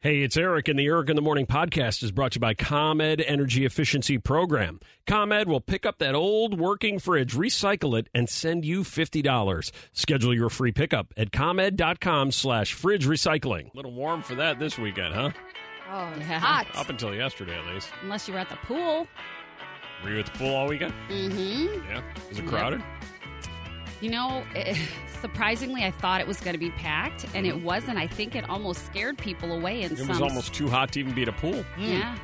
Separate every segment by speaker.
Speaker 1: Hey, it's Eric, and the Eric in the Morning podcast is brought to you by ComEd Energy Efficiency Program. ComEd will pick up that old working fridge, recycle it, and send you $50. Schedule your free pickup at ComEd.com slash fridge recycling. A little warm for that this weekend, huh?
Speaker 2: Oh, it's
Speaker 3: Yeah.
Speaker 2: hot.
Speaker 1: Up until yesterday, at least.
Speaker 2: Unless you were at the pool.
Speaker 1: Were you at the pool all weekend?
Speaker 2: Mm-hmm.
Speaker 1: Yeah. Is it crowded?
Speaker 2: You know, surprisingly, I thought it was going to be packed, and it wasn't. I think it almost scared people away in
Speaker 1: Mm-hmm. It
Speaker 2: some.
Speaker 1: was almost Mm. too hot to even be at a pool.
Speaker 2: Yeah.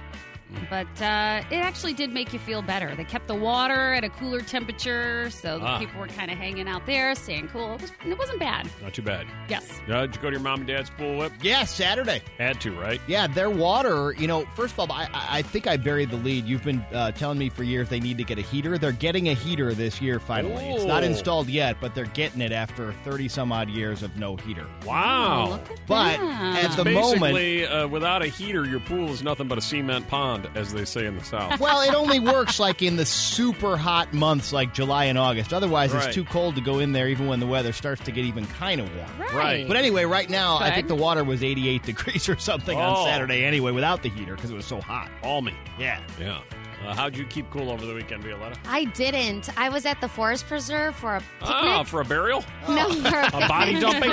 Speaker 2: But uh, it actually did make you feel better. They kept the water at a cooler temperature, so the
Speaker 1: Ah.
Speaker 2: people were kind of hanging out there, staying cool. It, was, it wasn't bad.
Speaker 1: Not too bad.
Speaker 2: Yes.
Speaker 1: Uh, did you go to your mom and dad's pool whip?
Speaker 4: Yeah, Saturday.
Speaker 1: Had to, right?
Speaker 4: Yeah, their water, you know, first of all, I, I I think I buried the lead. You've been uh, telling me for years they need to get a heater. They're getting a heater this year, finally. It's not
Speaker 1: Ooh.
Speaker 4: installed yet, but they're getting it after 30 some odd years of no heater.
Speaker 1: Wow.
Speaker 2: Look at
Speaker 4: But
Speaker 2: that.
Speaker 4: at the moment.
Speaker 1: Basically, uh, without a heater, your pool is nothing but a cement pond, as they say in the South.
Speaker 4: Well, it only works like in the super hot months like July and August. Otherwise,
Speaker 1: Right.
Speaker 4: it's too cold to go in there even when the weather starts to get even kind of warm.
Speaker 2: right.
Speaker 1: Right.
Speaker 4: But anyway, right now, I
Speaker 2: good.
Speaker 4: think the water was 88 degrees or something
Speaker 1: Oh.
Speaker 4: on Saturday anyway without the heater because it was so hot.
Speaker 1: Almy.
Speaker 4: Yeah.
Speaker 1: Yeah. Uh, how'd you keep cool over the weekend, Violetta?
Speaker 3: I didn't. I was at the forest preserve for a picnic.
Speaker 1: Ah, for a burial?
Speaker 3: no, for a
Speaker 1: A body dumping?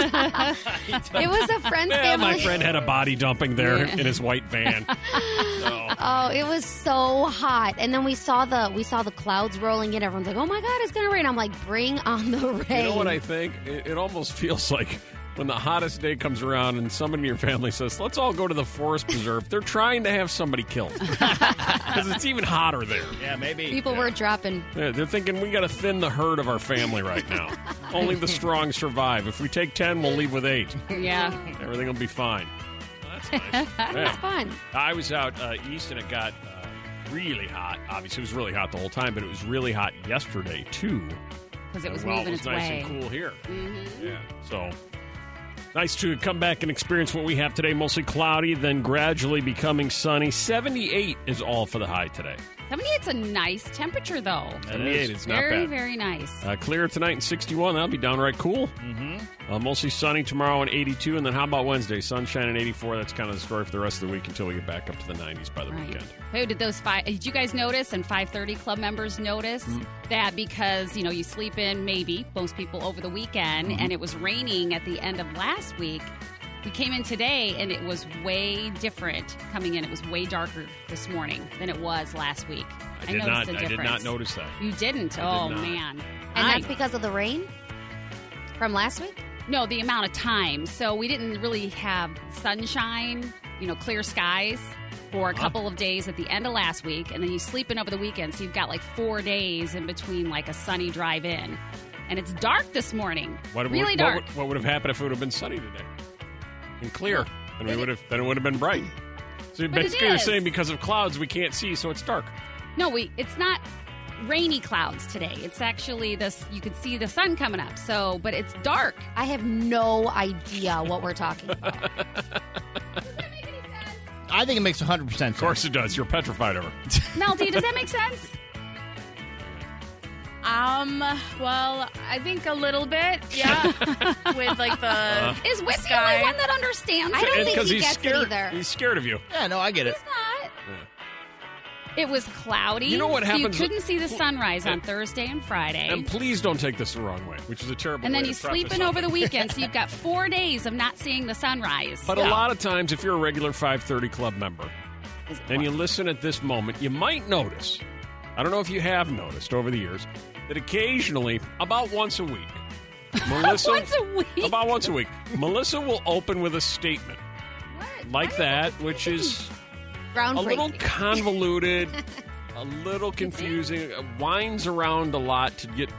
Speaker 3: It was a friend's
Speaker 1: yeah,
Speaker 3: family.
Speaker 1: my friend had a body dumping there in his white van. Oh.
Speaker 3: Oh, it was so hot. And then we saw the we saw the clouds rolling in. Everyone's like, "Oh my god, it's going to rain." I'm like, "Bring on the rain."
Speaker 1: You know what I think? It, it almost feels like when the hottest day comes around and somebody in your family says, let's all go to the forest preserve, they're trying to have somebody killed. Because it's even hotter there.
Speaker 4: Yeah, maybe.
Speaker 3: People were dropping.
Speaker 1: Yeah, they're thinking we got to thin the herd of our family right now. Only the strong survive. If we take 10, we'll leave with 8.
Speaker 2: Yeah.
Speaker 1: Everything will be fine. That's nice.
Speaker 3: It's
Speaker 1: Yeah.
Speaker 3: fun.
Speaker 1: I was out uh, east and it got uh, really hot. Obviously, it was really hot the whole time, but it was really hot yesterday too.
Speaker 2: Because it was
Speaker 1: While
Speaker 2: moving
Speaker 1: it was
Speaker 2: its
Speaker 1: nice
Speaker 2: way. Mm-hmm.
Speaker 1: and cool here. Yeah, so nice to come back and experience what we have today. Mostly cloudy, then gradually becoming sunny. Seventy-eight is all for the high today.
Speaker 2: 78's a nice temperature, though.
Speaker 1: Seventy-eight is not
Speaker 2: very,
Speaker 1: bad.
Speaker 2: very nice.
Speaker 1: Uh, clear tonight and 61. That'll be downright cool. Mm-hmm. Uh, mostly sunny tomorrow and 82. And then how about Wednesday? Sunshine and 84. That's kind of the story for the rest of the week until we get back up to the 90s by the
Speaker 2: Right.
Speaker 1: weekend.
Speaker 2: Hey, did those five? Did you guys notice? And five thirty club members notice
Speaker 1: Mm-hmm.
Speaker 2: that because you know you sleep in maybe most people over the weekend,
Speaker 1: Mm-hmm.
Speaker 2: and it was raining at the end of last week. We came in today, and it was way different coming in. It was way darker this morning than it was last week.
Speaker 1: I did
Speaker 2: noticed
Speaker 1: not.
Speaker 2: the
Speaker 1: I
Speaker 2: difference.
Speaker 1: did not notice that.
Speaker 2: You didn't.
Speaker 1: I
Speaker 2: oh
Speaker 1: did not.
Speaker 2: man.
Speaker 3: And
Speaker 2: I-
Speaker 3: that's because of the rain from last week.
Speaker 2: no, the amount of time. So we didn't really have sunshine, you know, clear skies for a couple of days at the end of last week, and then you sleep in over the weekend. So you've got like four days in between, like a sunny drive in, and it's dark this morning. really
Speaker 1: would,
Speaker 2: dark.
Speaker 1: What would, what would have happened if it would have been sunny today and clear? Then we would have. Then it would have been bright.
Speaker 2: But
Speaker 1: So
Speaker 2: it
Speaker 1: basically, you're
Speaker 2: is.
Speaker 1: saying because of clouds we can't see, so it's dark.
Speaker 2: No, we. It's not rainy clouds today. It's actually this. You could see the sun coming up. So, but it's dark.
Speaker 3: I have no idea what we're talking about.
Speaker 4: I think it makes 100% sense.
Speaker 1: Of course it does. You're petrified of her.
Speaker 2: Melody, does that make sense?
Speaker 5: Um, well, I think a little bit, yeah. With like the
Speaker 2: Is Whitney the
Speaker 5: Sky.
Speaker 2: only one that understands?
Speaker 3: I don't
Speaker 1: And
Speaker 3: think he
Speaker 1: he's
Speaker 3: gets it
Speaker 1: scared.
Speaker 3: either.
Speaker 1: He's scared of you.
Speaker 4: Yeah, no, I get it.
Speaker 2: It's not. It was cloudy.
Speaker 1: You know what
Speaker 2: so
Speaker 1: happens-
Speaker 2: You couldn't see the sunrise on
Speaker 1: And-
Speaker 2: Thursday and Friday.
Speaker 1: And please don't take this the wrong way, which is a terrible.
Speaker 2: and then
Speaker 1: way
Speaker 2: he's
Speaker 1: to preface
Speaker 2: sleeping
Speaker 1: something.
Speaker 2: over the weekend, so you've got four days of not seeing the sunrise.
Speaker 1: But a lot of times, if you're a regular 530 Club member and you listen at this moment, you might notice, I don't know if you have noticed over the years, that occasionally, about once a week, Melissa.
Speaker 2: Once a week?
Speaker 1: About once a week, Melissa will open with a statement
Speaker 2: What?
Speaker 1: like
Speaker 2: Why
Speaker 1: that, which is
Speaker 3: Ground
Speaker 1: a little convoluted, a little confusing, uh, winds around a lot to get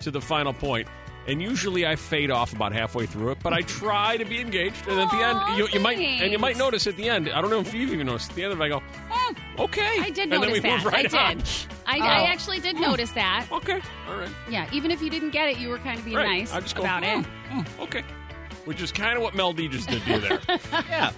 Speaker 1: to the final point. And usually I fade off about halfway through it, but I try to be engaged. And at the
Speaker 2: Aw,
Speaker 1: end, you, you might and you might
Speaker 2: thanks.
Speaker 1: notice at the end. I don't know if you've even noticed at the end of it. I go, "Hmm,
Speaker 2: Oh,
Speaker 1: okay,
Speaker 2: I did
Speaker 1: and then we
Speaker 2: notice that.
Speaker 1: move right
Speaker 2: I
Speaker 1: on. Oh.
Speaker 2: did. I, I actually did notice that.
Speaker 1: Okay, all right,
Speaker 2: Yeah, even if you didn't get it, you were kind of being
Speaker 1: right.
Speaker 2: nice
Speaker 1: I just go
Speaker 2: about
Speaker 1: "Hmm,
Speaker 2: it.
Speaker 1: hmm, okay, which is kind of what Mel D just did do there.
Speaker 4: Yeah.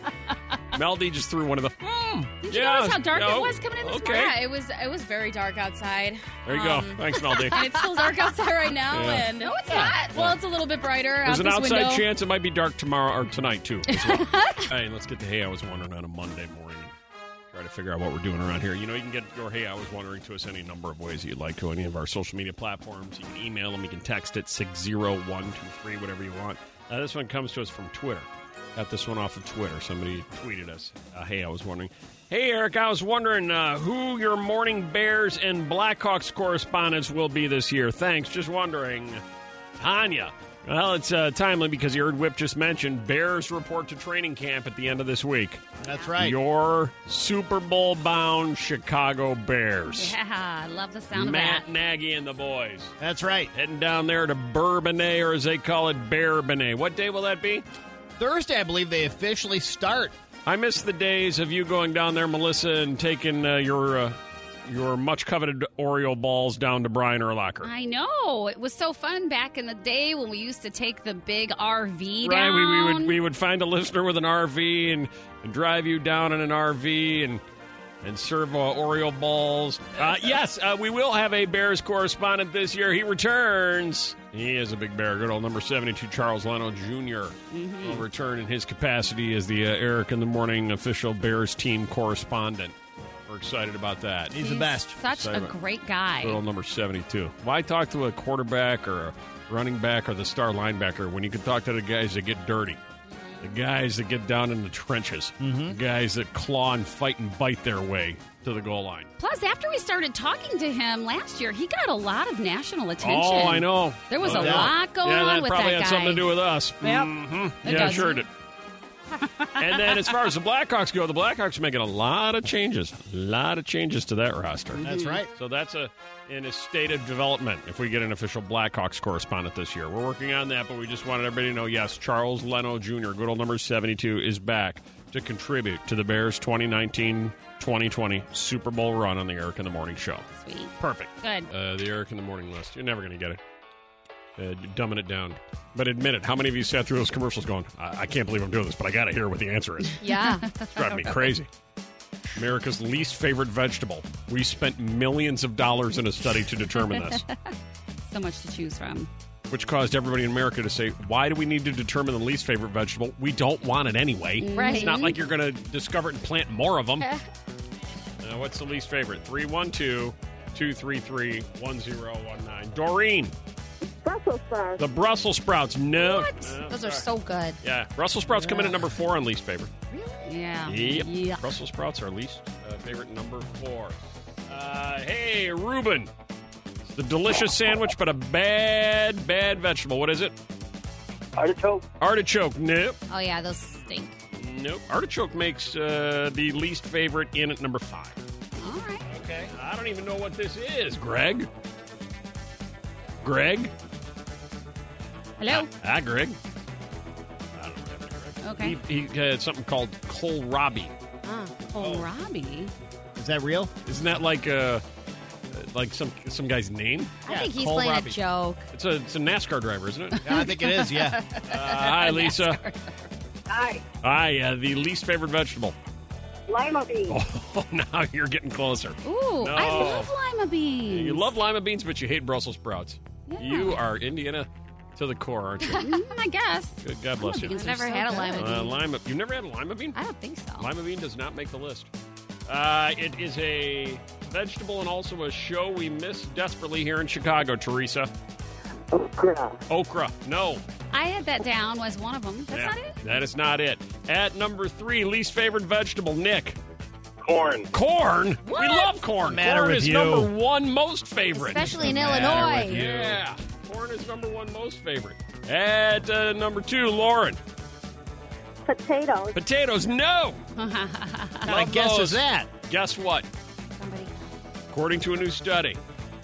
Speaker 1: Mel D just threw one of the. Hmm,
Speaker 2: Did you
Speaker 1: yeah,
Speaker 2: notice how dark
Speaker 1: no,
Speaker 2: it was coming in this
Speaker 1: okay.
Speaker 5: Yeah, it was it was very dark outside.
Speaker 1: There you go.
Speaker 5: Um,
Speaker 1: Thanks, Mel D.
Speaker 5: and it's still dark outside right now.
Speaker 1: Yeah.
Speaker 5: And no, it's not. Well, it's a little bit brighter. out
Speaker 1: There's an
Speaker 5: this
Speaker 1: outside
Speaker 5: window.
Speaker 1: chance it might be dark tomorrow or tonight too. As well. hey, let's get the hey I was wondering on a Monday morning. and Try to figure out what we're doing around here. You know, you can get your hey I was wondering to us any number of ways that you'd like to any of our social media platforms. You can email them, you can text it six zero one two three whatever you want. Uh, this one comes to us from Twitter. Got this one off of Twitter. Somebody tweeted us. Uh, hey, I was wondering. Hey, Eric, I was wondering uh, who your morning Bears and Blackhawks correspondents will be this year. Thanks. Just wondering. Tanya. Well, it's uh, timely because you heard Whip just mentioned Bears report to training camp at the end of this week.
Speaker 4: That's right.
Speaker 1: Your Super Bowl bound Chicago Bears.
Speaker 2: Yeah, I love the sound
Speaker 1: Matt
Speaker 2: of that.
Speaker 1: Nagy and the boys
Speaker 4: That's right.
Speaker 1: heading down there to Bourbonnais, or as they call it, Bearbonnais. What day will that be?
Speaker 4: Thursday, I believe they officially start.
Speaker 1: I miss the days of you going down there, Melissa, and taking uh, your uh, your much coveted Oreo balls down to Brian Urlacher.
Speaker 2: I know. It was so fun back in the day when we used to take the big RV
Speaker 1: Right,
Speaker 2: down.
Speaker 1: we, we would we would find a listener with an RV and, and drive you down in an RV and and serve uh, Oreo balls. Uh, yes, uh, we will have a Bears correspondent this year. He returns. He is a big bear. Good old number seventy-two, Charles Leno junior
Speaker 2: Mm-hmm.
Speaker 1: will return in his capacity as the uh, Eric in the Morning official Bears team correspondent. We're excited about that.
Speaker 4: He's the best.
Speaker 2: Such
Speaker 1: Sorry
Speaker 2: a
Speaker 1: about-
Speaker 2: great guy.
Speaker 1: Good old number 72. Why talk to a quarterback or a running back or the star linebacker when you can talk to the guys that get dirty? The guys that get down in the trenches.
Speaker 2: Mm-hmm.
Speaker 1: The guys that claw and fight and bite their way to the goal line.
Speaker 2: Plus, after we started talking to him last year, he got a lot of national attention.
Speaker 1: Oh, I know.
Speaker 2: There was
Speaker 1: No
Speaker 2: a
Speaker 1: doubt.
Speaker 2: lot going
Speaker 1: yeah,
Speaker 2: on
Speaker 1: that
Speaker 2: with
Speaker 1: probably
Speaker 2: that
Speaker 1: had
Speaker 2: guy.
Speaker 1: something to do with us. Mm-hmm. Yeah,
Speaker 2: does.
Speaker 1: sure did. and then as far as the Blackhawks go, the Blackhawks are making a lot of changes. A lot of changes to that roster.
Speaker 3: Hmm.
Speaker 4: That's right.
Speaker 1: So that's a in a state of development. If we get an official Blackhawks correspondent this year, we're working on that. But we just wanted everybody to know: yes, Charles Leno Jr., good old number seventy-two, is back to contribute to the Bears' 2019-2020 Super Bowl run on the Eric in the Morning Show.
Speaker 2: Sweet.
Speaker 1: Perfect.
Speaker 2: Good.
Speaker 1: Uh, the Eric in the Morning list. You're never going to get it. Uh, dumbing it down. But admit it, how many of you sat through those commercials going, I, I can't believe I'm doing this, but I got to hear what the answer is?
Speaker 3: Yeah.
Speaker 1: It's driving me crazy. America's least favorite vegetable. We spent millions of dollars in a study to determine this,
Speaker 2: So much to choose from.
Speaker 1: which caused everybody in America to say, Why do we need to determine the least favorite vegetable? We don't want it anyway.
Speaker 3: Right.
Speaker 1: It's not like you're going to discover it and plant more of them. Uh, what's the least favorite? 312 233 1019. Doreen.
Speaker 6: Brussels sprouts.
Speaker 1: The Brussels sprouts. No. No,
Speaker 3: Those are so
Speaker 1: sorry.
Speaker 3: good.
Speaker 1: Yeah, Brussels sprouts come in at number four on least favorite.
Speaker 2: Yeah.
Speaker 1: Yep.
Speaker 2: Yeah.
Speaker 1: Brussels sprouts are least uh, favorite number four. Uh, hey, Reuben. It's the delicious sandwich, but a bad, bad vegetable. What is it?
Speaker 6: Artichoke.
Speaker 1: Artichoke. Nope.
Speaker 3: Oh yeah, those stink.
Speaker 1: Nope. Artichoke makes uh, the least favorite in at number five.
Speaker 2: All right.
Speaker 1: Okay. I don't even know what this is, Greg. Greg?
Speaker 2: Hello.
Speaker 1: Hi, Greg. I don't know what happened to Greg.
Speaker 2: Okay.
Speaker 1: He, he had something called kohlrabi.
Speaker 2: Oh, Robbie.
Speaker 4: Is that real?
Speaker 1: Isn't that like uh like some some guy's name?
Speaker 3: I think he's
Speaker 4: Cole
Speaker 3: playing
Speaker 4: Robbie.
Speaker 3: a joke.
Speaker 1: It's a it's a NASCAR driver, isn't it?
Speaker 4: Yeah, I think it is, yeah.
Speaker 1: Uh, hi, Lisa.
Speaker 6: Hi.
Speaker 1: Hi, uh, the least favorite vegetable.
Speaker 6: Lima beans.
Speaker 1: Oh, now you're getting closer.
Speaker 2: Ooh, I
Speaker 1: No.
Speaker 2: love lima beans.
Speaker 1: You love lima beans, but you hate Brussels sprouts. You are Indiana to the core, aren't you?
Speaker 2: Mm, I guess.
Speaker 1: Good, God bless you.
Speaker 3: I've never had a lima
Speaker 1: Uh, lima. You've never had a lima bean?
Speaker 3: I don't think so.
Speaker 1: Lima bean does not make the list. Uh, it is a vegetable and also a show we miss desperately here in Chicago, Teresa.
Speaker 6: Okra.
Speaker 1: Okra. No.
Speaker 2: I had that down was one of them. That's
Speaker 1: Yeah,
Speaker 2: not it.
Speaker 1: That is not it. At number three, least favorite vegetable, Nick.
Speaker 7: Corn.
Speaker 1: Corn? We
Speaker 2: What?
Speaker 1: love corn.
Speaker 7: Matter
Speaker 1: corn
Speaker 7: with
Speaker 1: is
Speaker 7: you.
Speaker 1: number one most favorite.
Speaker 3: Especially in
Speaker 7: Matter
Speaker 3: Illinois.
Speaker 7: with you.
Speaker 1: Yeah. Corn is number one most favorite. At uh, number two, Lauren.
Speaker 6: Potatoes.
Speaker 1: Potatoes, no.
Speaker 4: My guess is that.
Speaker 1: Guess what? According to a new study,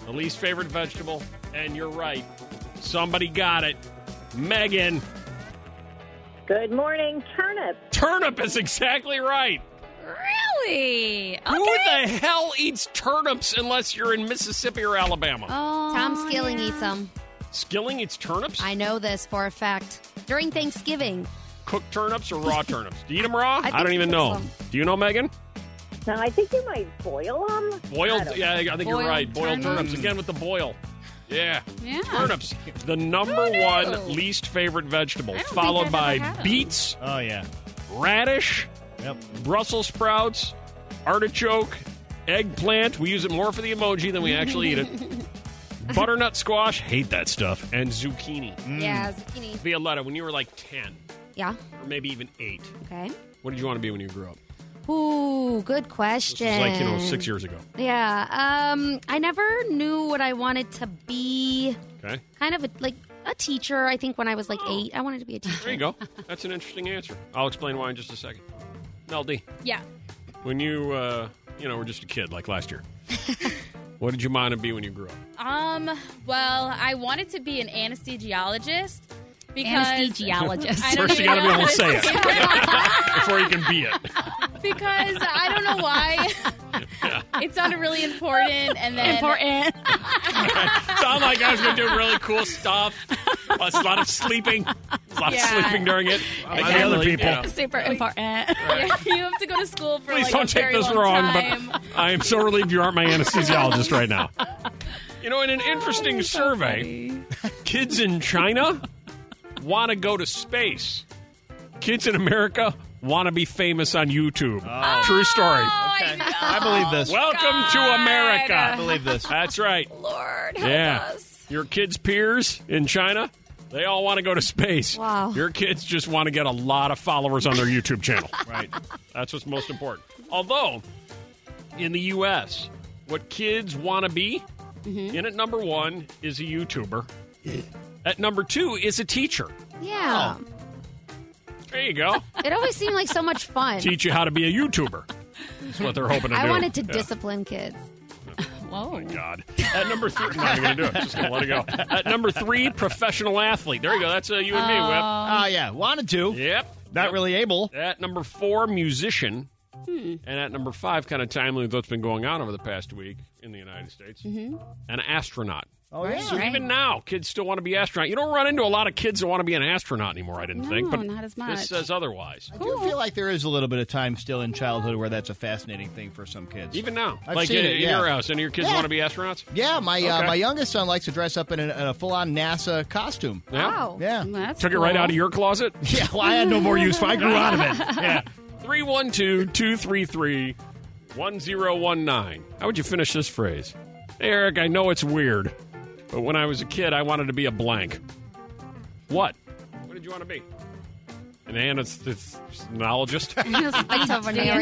Speaker 1: the least favorite vegetable, and you're right, somebody got it. Megan,
Speaker 6: Good morning, turnip.
Speaker 1: turnip is exactly right.
Speaker 2: Really? Okay.
Speaker 5: Oh,
Speaker 1: Who the hell eats turnips unless you're in Mississippi or Alabama?
Speaker 2: Oh,
Speaker 3: Tom Skilling
Speaker 2: yeah.
Speaker 3: eats them.
Speaker 1: Skilling eats turnips?
Speaker 3: I know this for a fact. During Thanksgiving,
Speaker 1: Cooked turnips or raw turnips? Do you eat them raw?
Speaker 3: I
Speaker 1: I, don't
Speaker 3: think
Speaker 1: even
Speaker 3: he
Speaker 1: know.
Speaker 3: cooks
Speaker 1: Do you know, Megan?
Speaker 6: Now, I think you might boil them. I
Speaker 1: Boiled,
Speaker 6: don't
Speaker 1: yeah, I think you're
Speaker 2: Boiled
Speaker 1: right. Boiled turnips.
Speaker 2: turnips.
Speaker 1: Again with the boil. Yeah.
Speaker 2: Yeah.
Speaker 1: Turnips, the number
Speaker 2: Who knew?
Speaker 1: one least favorite vegetable,
Speaker 2: I don't think
Speaker 1: followed
Speaker 2: I've
Speaker 1: by
Speaker 2: ever had 'em.
Speaker 1: beets,
Speaker 4: Oh yeah.
Speaker 1: radish,
Speaker 4: Yep.
Speaker 1: Brussels sprouts, artichoke, eggplant. We use it more for the emoji than we actually eat it. Butternut squash, hate that stuff, Mm. and zucchini.
Speaker 3: yeah, zucchini.
Speaker 1: Violetta, when you were like 10
Speaker 3: Yeah.
Speaker 1: or maybe even 8,
Speaker 3: Okay.
Speaker 1: what did you want to be when you grew up?
Speaker 3: Ooh, good
Speaker 1: This
Speaker 3: question.
Speaker 1: was like, you know, six years ago.
Speaker 3: Yeah. Um, I never knew what I wanted to be.
Speaker 1: Okay.
Speaker 3: Kind of a, like a teacher. I think when I was like eight, I wanted to be a teacher.
Speaker 1: There you go. That's an interesting answer. I'll explain why in just a second. Mel D,
Speaker 5: Yeah.
Speaker 1: when you, uh, you know, were just a kid like last year, what did you want to be when you grew up?
Speaker 5: Um. Well, I wanted to be an anesthesiologist because
Speaker 2: Anesthesiologist.
Speaker 5: I don't
Speaker 1: First, you
Speaker 5: even
Speaker 1: got to be
Speaker 5: know
Speaker 1: able to
Speaker 5: this
Speaker 1: say
Speaker 5: is-
Speaker 1: it before you can be it.
Speaker 5: because I don't know why. It sounded really important, and then
Speaker 2: Important.
Speaker 1: Sound like I was going to do really cool stuff. Lots- A lot of sleeping. A lot
Speaker 5: Yeah.
Speaker 1: of sleeping during it.
Speaker 4: by the other people.
Speaker 1: yeah.
Speaker 2: Super important.
Speaker 5: you have to go to school for
Speaker 1: Please
Speaker 5: like
Speaker 1: don't
Speaker 5: a
Speaker 1: take
Speaker 5: very
Speaker 1: this
Speaker 5: long
Speaker 1: wrong,
Speaker 5: time.
Speaker 1: but I am so relieved you aren't my anesthesiologist right now. You know, in
Speaker 5: Oh,
Speaker 1: an interesting survey, kids in China want to go to space. Kids in America want to be famous on YouTube.
Speaker 5: Oh,
Speaker 1: True story.
Speaker 4: Okay. I believe this.
Speaker 1: Welcome to
Speaker 4: I
Speaker 1: America.
Speaker 4: believe this.
Speaker 1: That's right.
Speaker 5: Lord, help
Speaker 1: Yeah.
Speaker 5: us.
Speaker 1: Your kids' peers in China, they all want to go to space.
Speaker 3: Wow.
Speaker 1: Your kids just want to get a lot of followers on their YouTube channel.
Speaker 4: Right.
Speaker 1: That's what's most important. Although, in the U.S., what kids want to be
Speaker 3: Mm-hmm.
Speaker 1: in at number one is a YouTuber. At number two is a teacher.
Speaker 3: Yeah.
Speaker 1: There you go.
Speaker 3: It always seemed like so much fun.
Speaker 1: Teach you how to be a YouTuber. That's what they're hoping to
Speaker 3: I
Speaker 1: do.
Speaker 3: wanted to
Speaker 1: Yeah.
Speaker 3: discipline kids.
Speaker 2: Whoa.
Speaker 1: God. At number three, I'm not even going to do it. Just going to let it go. At number three, professional athlete. There you go. That's uh, you and
Speaker 3: Oh.
Speaker 1: me, Whip.
Speaker 4: Ah yeah. Wanted to.
Speaker 1: Yep.
Speaker 4: Not really able.
Speaker 1: At number four, musician.
Speaker 2: Hmm.
Speaker 1: And at number five, kind of timely with what's been going on over the past week in the United States,
Speaker 2: Mm-hmm.
Speaker 1: an astronaut.
Speaker 4: Oh yeah.
Speaker 1: Even now, kids still want to be astronaut. You don't run into a lot of kids that want to be an astronaut anymore. I didn't think,
Speaker 2: No,
Speaker 1: but
Speaker 2: not as much.
Speaker 1: this uh, says otherwise.
Speaker 4: I do feel like there is a little bit of time still in childhood where that's a fascinating thing for some kids.
Speaker 1: Even now,
Speaker 4: I've
Speaker 1: like
Speaker 4: seen
Speaker 1: in,
Speaker 4: it,
Speaker 1: in
Speaker 4: yeah.
Speaker 1: your house, any of your kids
Speaker 4: Yeah.
Speaker 1: want to be astronauts?
Speaker 4: yeah, my uh,
Speaker 1: Okay.
Speaker 4: my youngest son likes to dress up in a, in a full on NASA costume.
Speaker 1: Yeah.
Speaker 3: Wow.
Speaker 4: Yeah.
Speaker 2: That's
Speaker 1: Took it right
Speaker 2: cool.
Speaker 1: out of your closet.
Speaker 4: Yeah, well, I had no more use for it. I grew out of it.
Speaker 1: yeah. 312 233 1019. How would you finish this phrase? Hey, Eric, I know it's weird, but when I was a kid, I wanted to be a blank. What? What did you want to be? An anesthesiologist?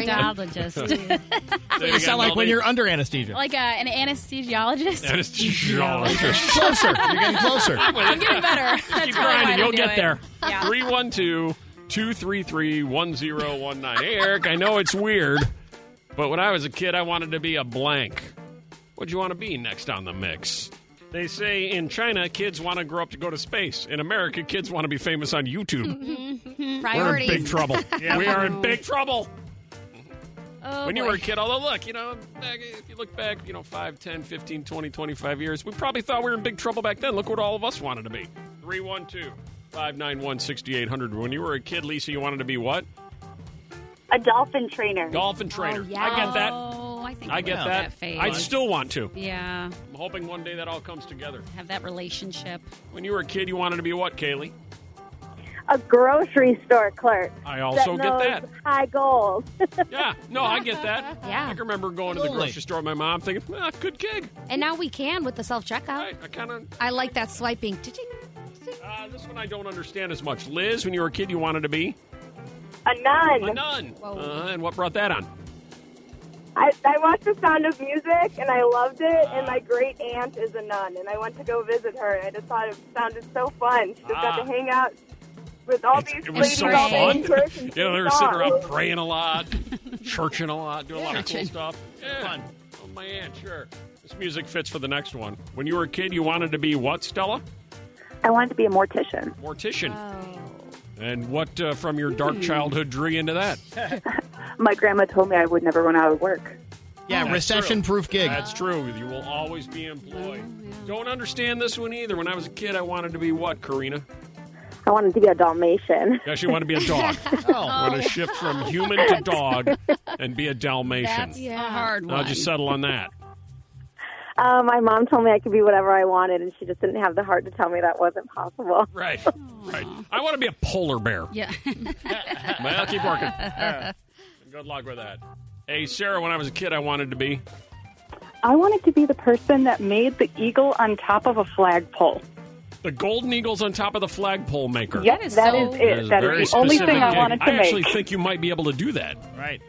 Speaker 2: Anesthesiologist.
Speaker 4: You sound like when you're under anesthesia.
Speaker 5: Like uh, an anesthesiologist.
Speaker 1: anesthesiologist.
Speaker 4: closer. You're getting closer.
Speaker 5: I'm getting better. That's probably
Speaker 1: Keep
Speaker 5: why I
Speaker 1: grinding.
Speaker 5: don't
Speaker 1: You'll
Speaker 5: do
Speaker 1: get
Speaker 5: it.
Speaker 1: there.
Speaker 5: Yeah.
Speaker 1: 312 233 1019. Eric, I know it's weird, but when I was a kid, I wanted to be a blank. What'd you want to be next on the mix? They say in China, kids want to grow up to go to space. In America, kids want to be famous on YouTube. We're in
Speaker 3: Priorities.
Speaker 1: big trouble. We are in big trouble.
Speaker 5: Oh,
Speaker 1: when you
Speaker 5: boy.
Speaker 1: were a kid, although, look, you know, back, if you look back, you know, 5, 10, 15, 20, 25 years, we probably thought we were in big trouble back then. Look what all of us wanted to be. 312 591 6800. When you were a kid, Lisa, you wanted to be what?
Speaker 6: A dolphin trainer.
Speaker 1: Dolphin trainer.
Speaker 3: yeah.
Speaker 1: I get that.
Speaker 2: Oh, I think
Speaker 1: I get
Speaker 2: went
Speaker 1: that.
Speaker 2: phase.
Speaker 1: I still want to.
Speaker 2: yeah,
Speaker 1: I'm hoping one day that all comes together.
Speaker 2: have that relationship.
Speaker 1: When you were a kid, you wanted to be what, Kaylee?
Speaker 6: a grocery store clerk.
Speaker 1: I also get
Speaker 6: knows
Speaker 1: that.
Speaker 6: High goals.
Speaker 1: yeah, no, I get that. Yeah. I can remember going to the
Speaker 3: Absolutely.
Speaker 1: grocery store with my mom thinking, ah, good gig.
Speaker 3: And now we can with the self checkout. I,
Speaker 1: kind of.
Speaker 3: I like that swiping. Ding.
Speaker 1: Uh, this one I don't understand as much. Liz, when you were a kid, you wanted to be?
Speaker 6: A nun.
Speaker 1: A nun. Uh, and what brought that on?
Speaker 6: I, I watched The Sound of Music and I loved it. And my great aunt is a nun, and I went to go visit her. And I just thought it sounded so fun. Just got
Speaker 1: Ah.
Speaker 6: to hang out with all these
Speaker 1: It was
Speaker 6: ladies
Speaker 1: so
Speaker 6: all
Speaker 1: fun.
Speaker 6: in church. And
Speaker 1: yeah, they were
Speaker 6: sing
Speaker 1: sitting around
Speaker 6: songs.
Speaker 1: praying a lot, churching a lot, doing a lot of cool
Speaker 6: Churching.
Speaker 1: stuff. Yeah. Fun. Oh, my aunt, sure. This music fits for the next one. When you were a kid, you wanted to be what, Stella?
Speaker 6: I wanted to be a mortician.
Speaker 1: Mortician. And what uh, from your dark childhood drew you into that?
Speaker 6: My grandma told me I would never run out of work.
Speaker 4: Yeah, recession proof gig.
Speaker 1: That's true. You will always be employed. Don't understand this one either. When I was a kid, I wanted to be what, Karina?
Speaker 6: I wanted to be a Dalmatian.
Speaker 1: You actually want to be a dog. I'm going to shift from human to dog and be a Dalmatian.
Speaker 2: That's a hard one.
Speaker 1: How'd you settle on that?
Speaker 6: Uh, my mom told me I could be whatever I wanted, and she just didn't have the heart to tell me that wasn't possible.
Speaker 1: Right. Right. I want to be a polar bear.
Speaker 2: Yeah.
Speaker 1: Well, keep working. Good luck with that. Hey, Sarah, when I was a kid, I wanted to be.
Speaker 7: I wanted to be the person that made the eagle on top of a flagpole.
Speaker 1: The Golden Eagles on top of the flagpole maker.
Speaker 7: Yep, That is that so- is it. That is
Speaker 1: very
Speaker 7: the only
Speaker 1: specific
Speaker 7: thing I
Speaker 1: gig.
Speaker 7: wanted to
Speaker 1: I actually
Speaker 7: make.
Speaker 1: think you might be able to do that. Right.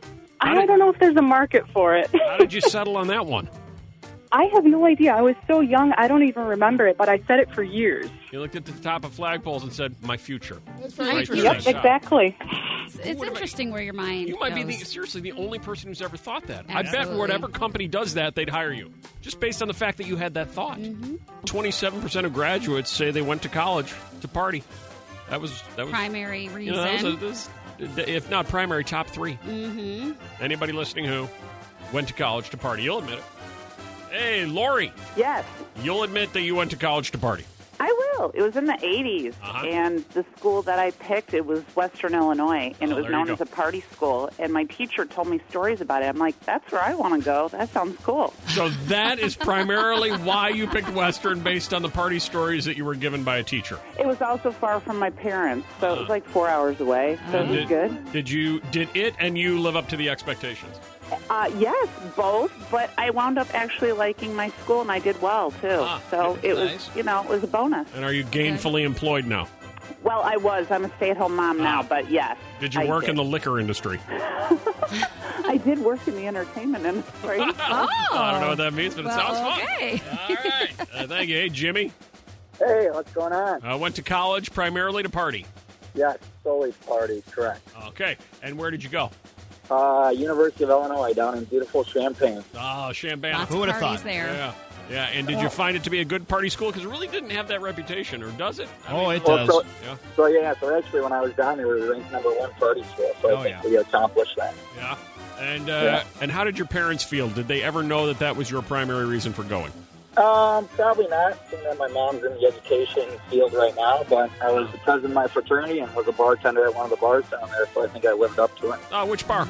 Speaker 7: I don't know if there's a market for it.
Speaker 1: How did you settle on that one?
Speaker 7: I have no idea. I was so young, I don't even remember it, but I said it for years.
Speaker 1: You looked at the top of flagpoles and said, "My future." That's
Speaker 2: very interesting.
Speaker 7: Yep, exactly.
Speaker 2: It's, it's interesting where your mind.
Speaker 1: You might be the,
Speaker 2: goes.
Speaker 1: seriously the only person who's ever thought that. I bet
Speaker 2: Absolutely.
Speaker 1: whatever company does that, they'd hire you just based on the fact that you had that thought.
Speaker 2: Mm-hmm.
Speaker 1: 27 percent of graduates say they went to college to party. That was that was
Speaker 2: primary reason.
Speaker 1: you know, that was a- this- if not primary, top three.
Speaker 2: mm-hmm.
Speaker 1: Anybody listening who went to college to party, you'll admit it. Hey, Lori,
Speaker 8: Yes,
Speaker 1: you'll admit that you went to college to party.
Speaker 8: I will. It was in the 80s,
Speaker 1: Uh-huh.
Speaker 8: and the school that I picked, it was Western Illinois, and it was
Speaker 1: Oh, there you
Speaker 8: known
Speaker 1: go.
Speaker 8: as a party school. And my teacher told me stories about it. I'm like, that's where I want to go. That sounds cool.
Speaker 1: So that is primarily why you picked Western based on the party stories that you were given by a teacher.
Speaker 8: It was also far from my parents, so it was like four hours away, so it was
Speaker 1: did,
Speaker 8: good.
Speaker 1: Did you did it and you live up to the expectations?
Speaker 8: Uh, yes, both, but I wound up actually liking my school, and I did well, too. so it was,
Speaker 1: Ah, nice.
Speaker 8: you know, it was a bonus.
Speaker 1: And are you gainfully employed now?
Speaker 8: Well, I was. I'm a stay-at-home mom now, but yes.
Speaker 1: Ah. Did you
Speaker 8: I
Speaker 1: work in
Speaker 8: did.
Speaker 1: the liquor industry?
Speaker 8: I did work in the entertainment industry.
Speaker 1: I don't know what that means, but it sounds fun.
Speaker 8: Oh. okay.
Speaker 1: Uh, thank you. Hey, Jimmy.
Speaker 9: Hey, what's going on?
Speaker 1: I went to college primarily to party.
Speaker 9: Yes, solely party, correct.
Speaker 1: Okay. And where did you go?
Speaker 9: Uh, University of Illinois down in beautiful Champaign.
Speaker 1: Oh, Champagne.
Speaker 9: Lots of Who would've parties thought? there.
Speaker 1: Yeah. Yeah. And did you find it to be a good party school? Because it really didn't have that reputation, or does Oh, it? I mean-
Speaker 9: So,
Speaker 1: Yeah.
Speaker 9: so, yeah, so actually when I was down there, we were ranked number one party school, so I think we accomplished that.
Speaker 1: Yeah. And uh,
Speaker 9: Yeah.
Speaker 1: and how did your parents feel? Did they ever know that that was your primary reason for going?
Speaker 9: Um, probably not, seeing that my mom's in the education field right now, but I was the president of my fraternity and was a bartender at one of the bars down there, so I think I lived up to it.
Speaker 1: Uh, which bar?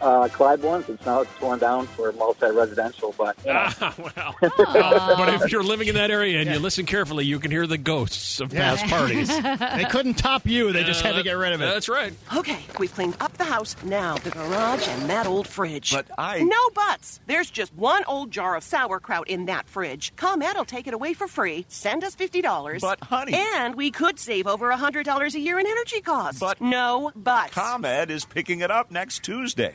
Speaker 9: Uh, Clydeborn's, it's now it's torn down for multi-residential, but, you know.
Speaker 1: Ah, well.
Speaker 4: Uh,
Speaker 1: but if you're living in that area and you listen carefully, you can hear the ghosts of past parties.
Speaker 4: they couldn't top you. They just had to get rid of it.
Speaker 1: That's right.
Speaker 10: Okay, we've cleaned up the house, now the garage and that old fridge. But
Speaker 11: I-
Speaker 10: No buts! There's just one old jar of sauerkraut in that fridge. ComEd will take it away for free. Send us $50.
Speaker 11: But, honey-
Speaker 10: And we could save over $100 a year in energy costs. But. No buts.
Speaker 11: ComEd is picking it up next Tuesday.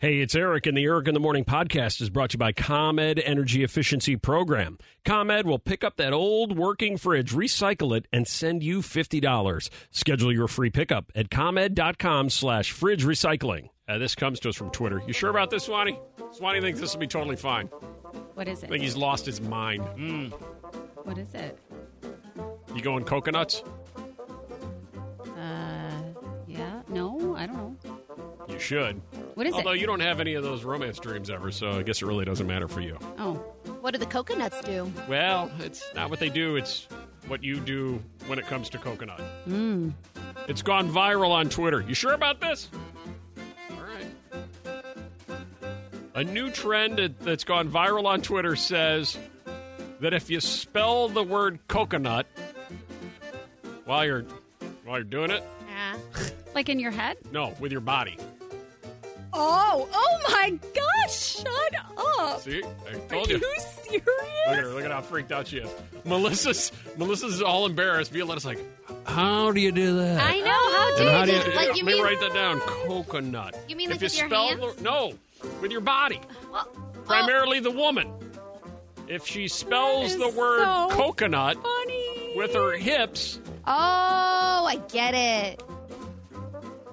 Speaker 1: Hey, it's Eric, and the Eric in the Morning podcast is brought to you by ComEd Energy Efficiency Program. ComEd will pick up that old working fridge, recycle it, and send you $50. Schedule your free pickup at ComEd.com slash fridge recycling. Uh, this comes to us from Twitter. You sure about this, Swanee? Swanee thinks this will be totally fine.
Speaker 2: What is
Speaker 1: I
Speaker 2: it?
Speaker 1: think he's lost his mind. Hmm?
Speaker 2: What is it?
Speaker 1: You going coconuts?
Speaker 2: Uh, yeah. No, I don't know.
Speaker 1: You You should.
Speaker 5: What is it?
Speaker 1: Although you don't have any of those romance dreams ever, so I guess it really doesn't matter for you.
Speaker 5: Oh. What do the coconuts do?
Speaker 1: Well, it's not what they do, it's what you do when it comes to coconut.
Speaker 5: Mm.
Speaker 1: It's gone viral on Twitter. You sure about this? All right. A new trend that- that's gone viral on Twitter says that if you spell the word coconut while you're while you're doing it,
Speaker 2: like in your head?
Speaker 1: no, with your body.
Speaker 5: Oh, oh my gosh, shut up.
Speaker 1: See, I
Speaker 5: Are
Speaker 1: told you.
Speaker 5: you serious?
Speaker 1: Look at her! Look at how freaked out she is. Melissa's Melissa's all embarrassed. Violetta's like, how do you do that?
Speaker 3: I know, how do
Speaker 1: And
Speaker 3: you
Speaker 1: how do
Speaker 3: do
Speaker 1: you,
Speaker 3: it? Like, you
Speaker 1: let me
Speaker 3: mean-
Speaker 1: write that down. Coconut.
Speaker 3: You mean
Speaker 1: if
Speaker 3: like
Speaker 1: you
Speaker 3: with your
Speaker 1: spell
Speaker 3: hands?
Speaker 1: The, no, with your body. Primarily the woman. If she spells the word
Speaker 3: so
Speaker 1: coconut with her hips,
Speaker 3: Oh, I get it.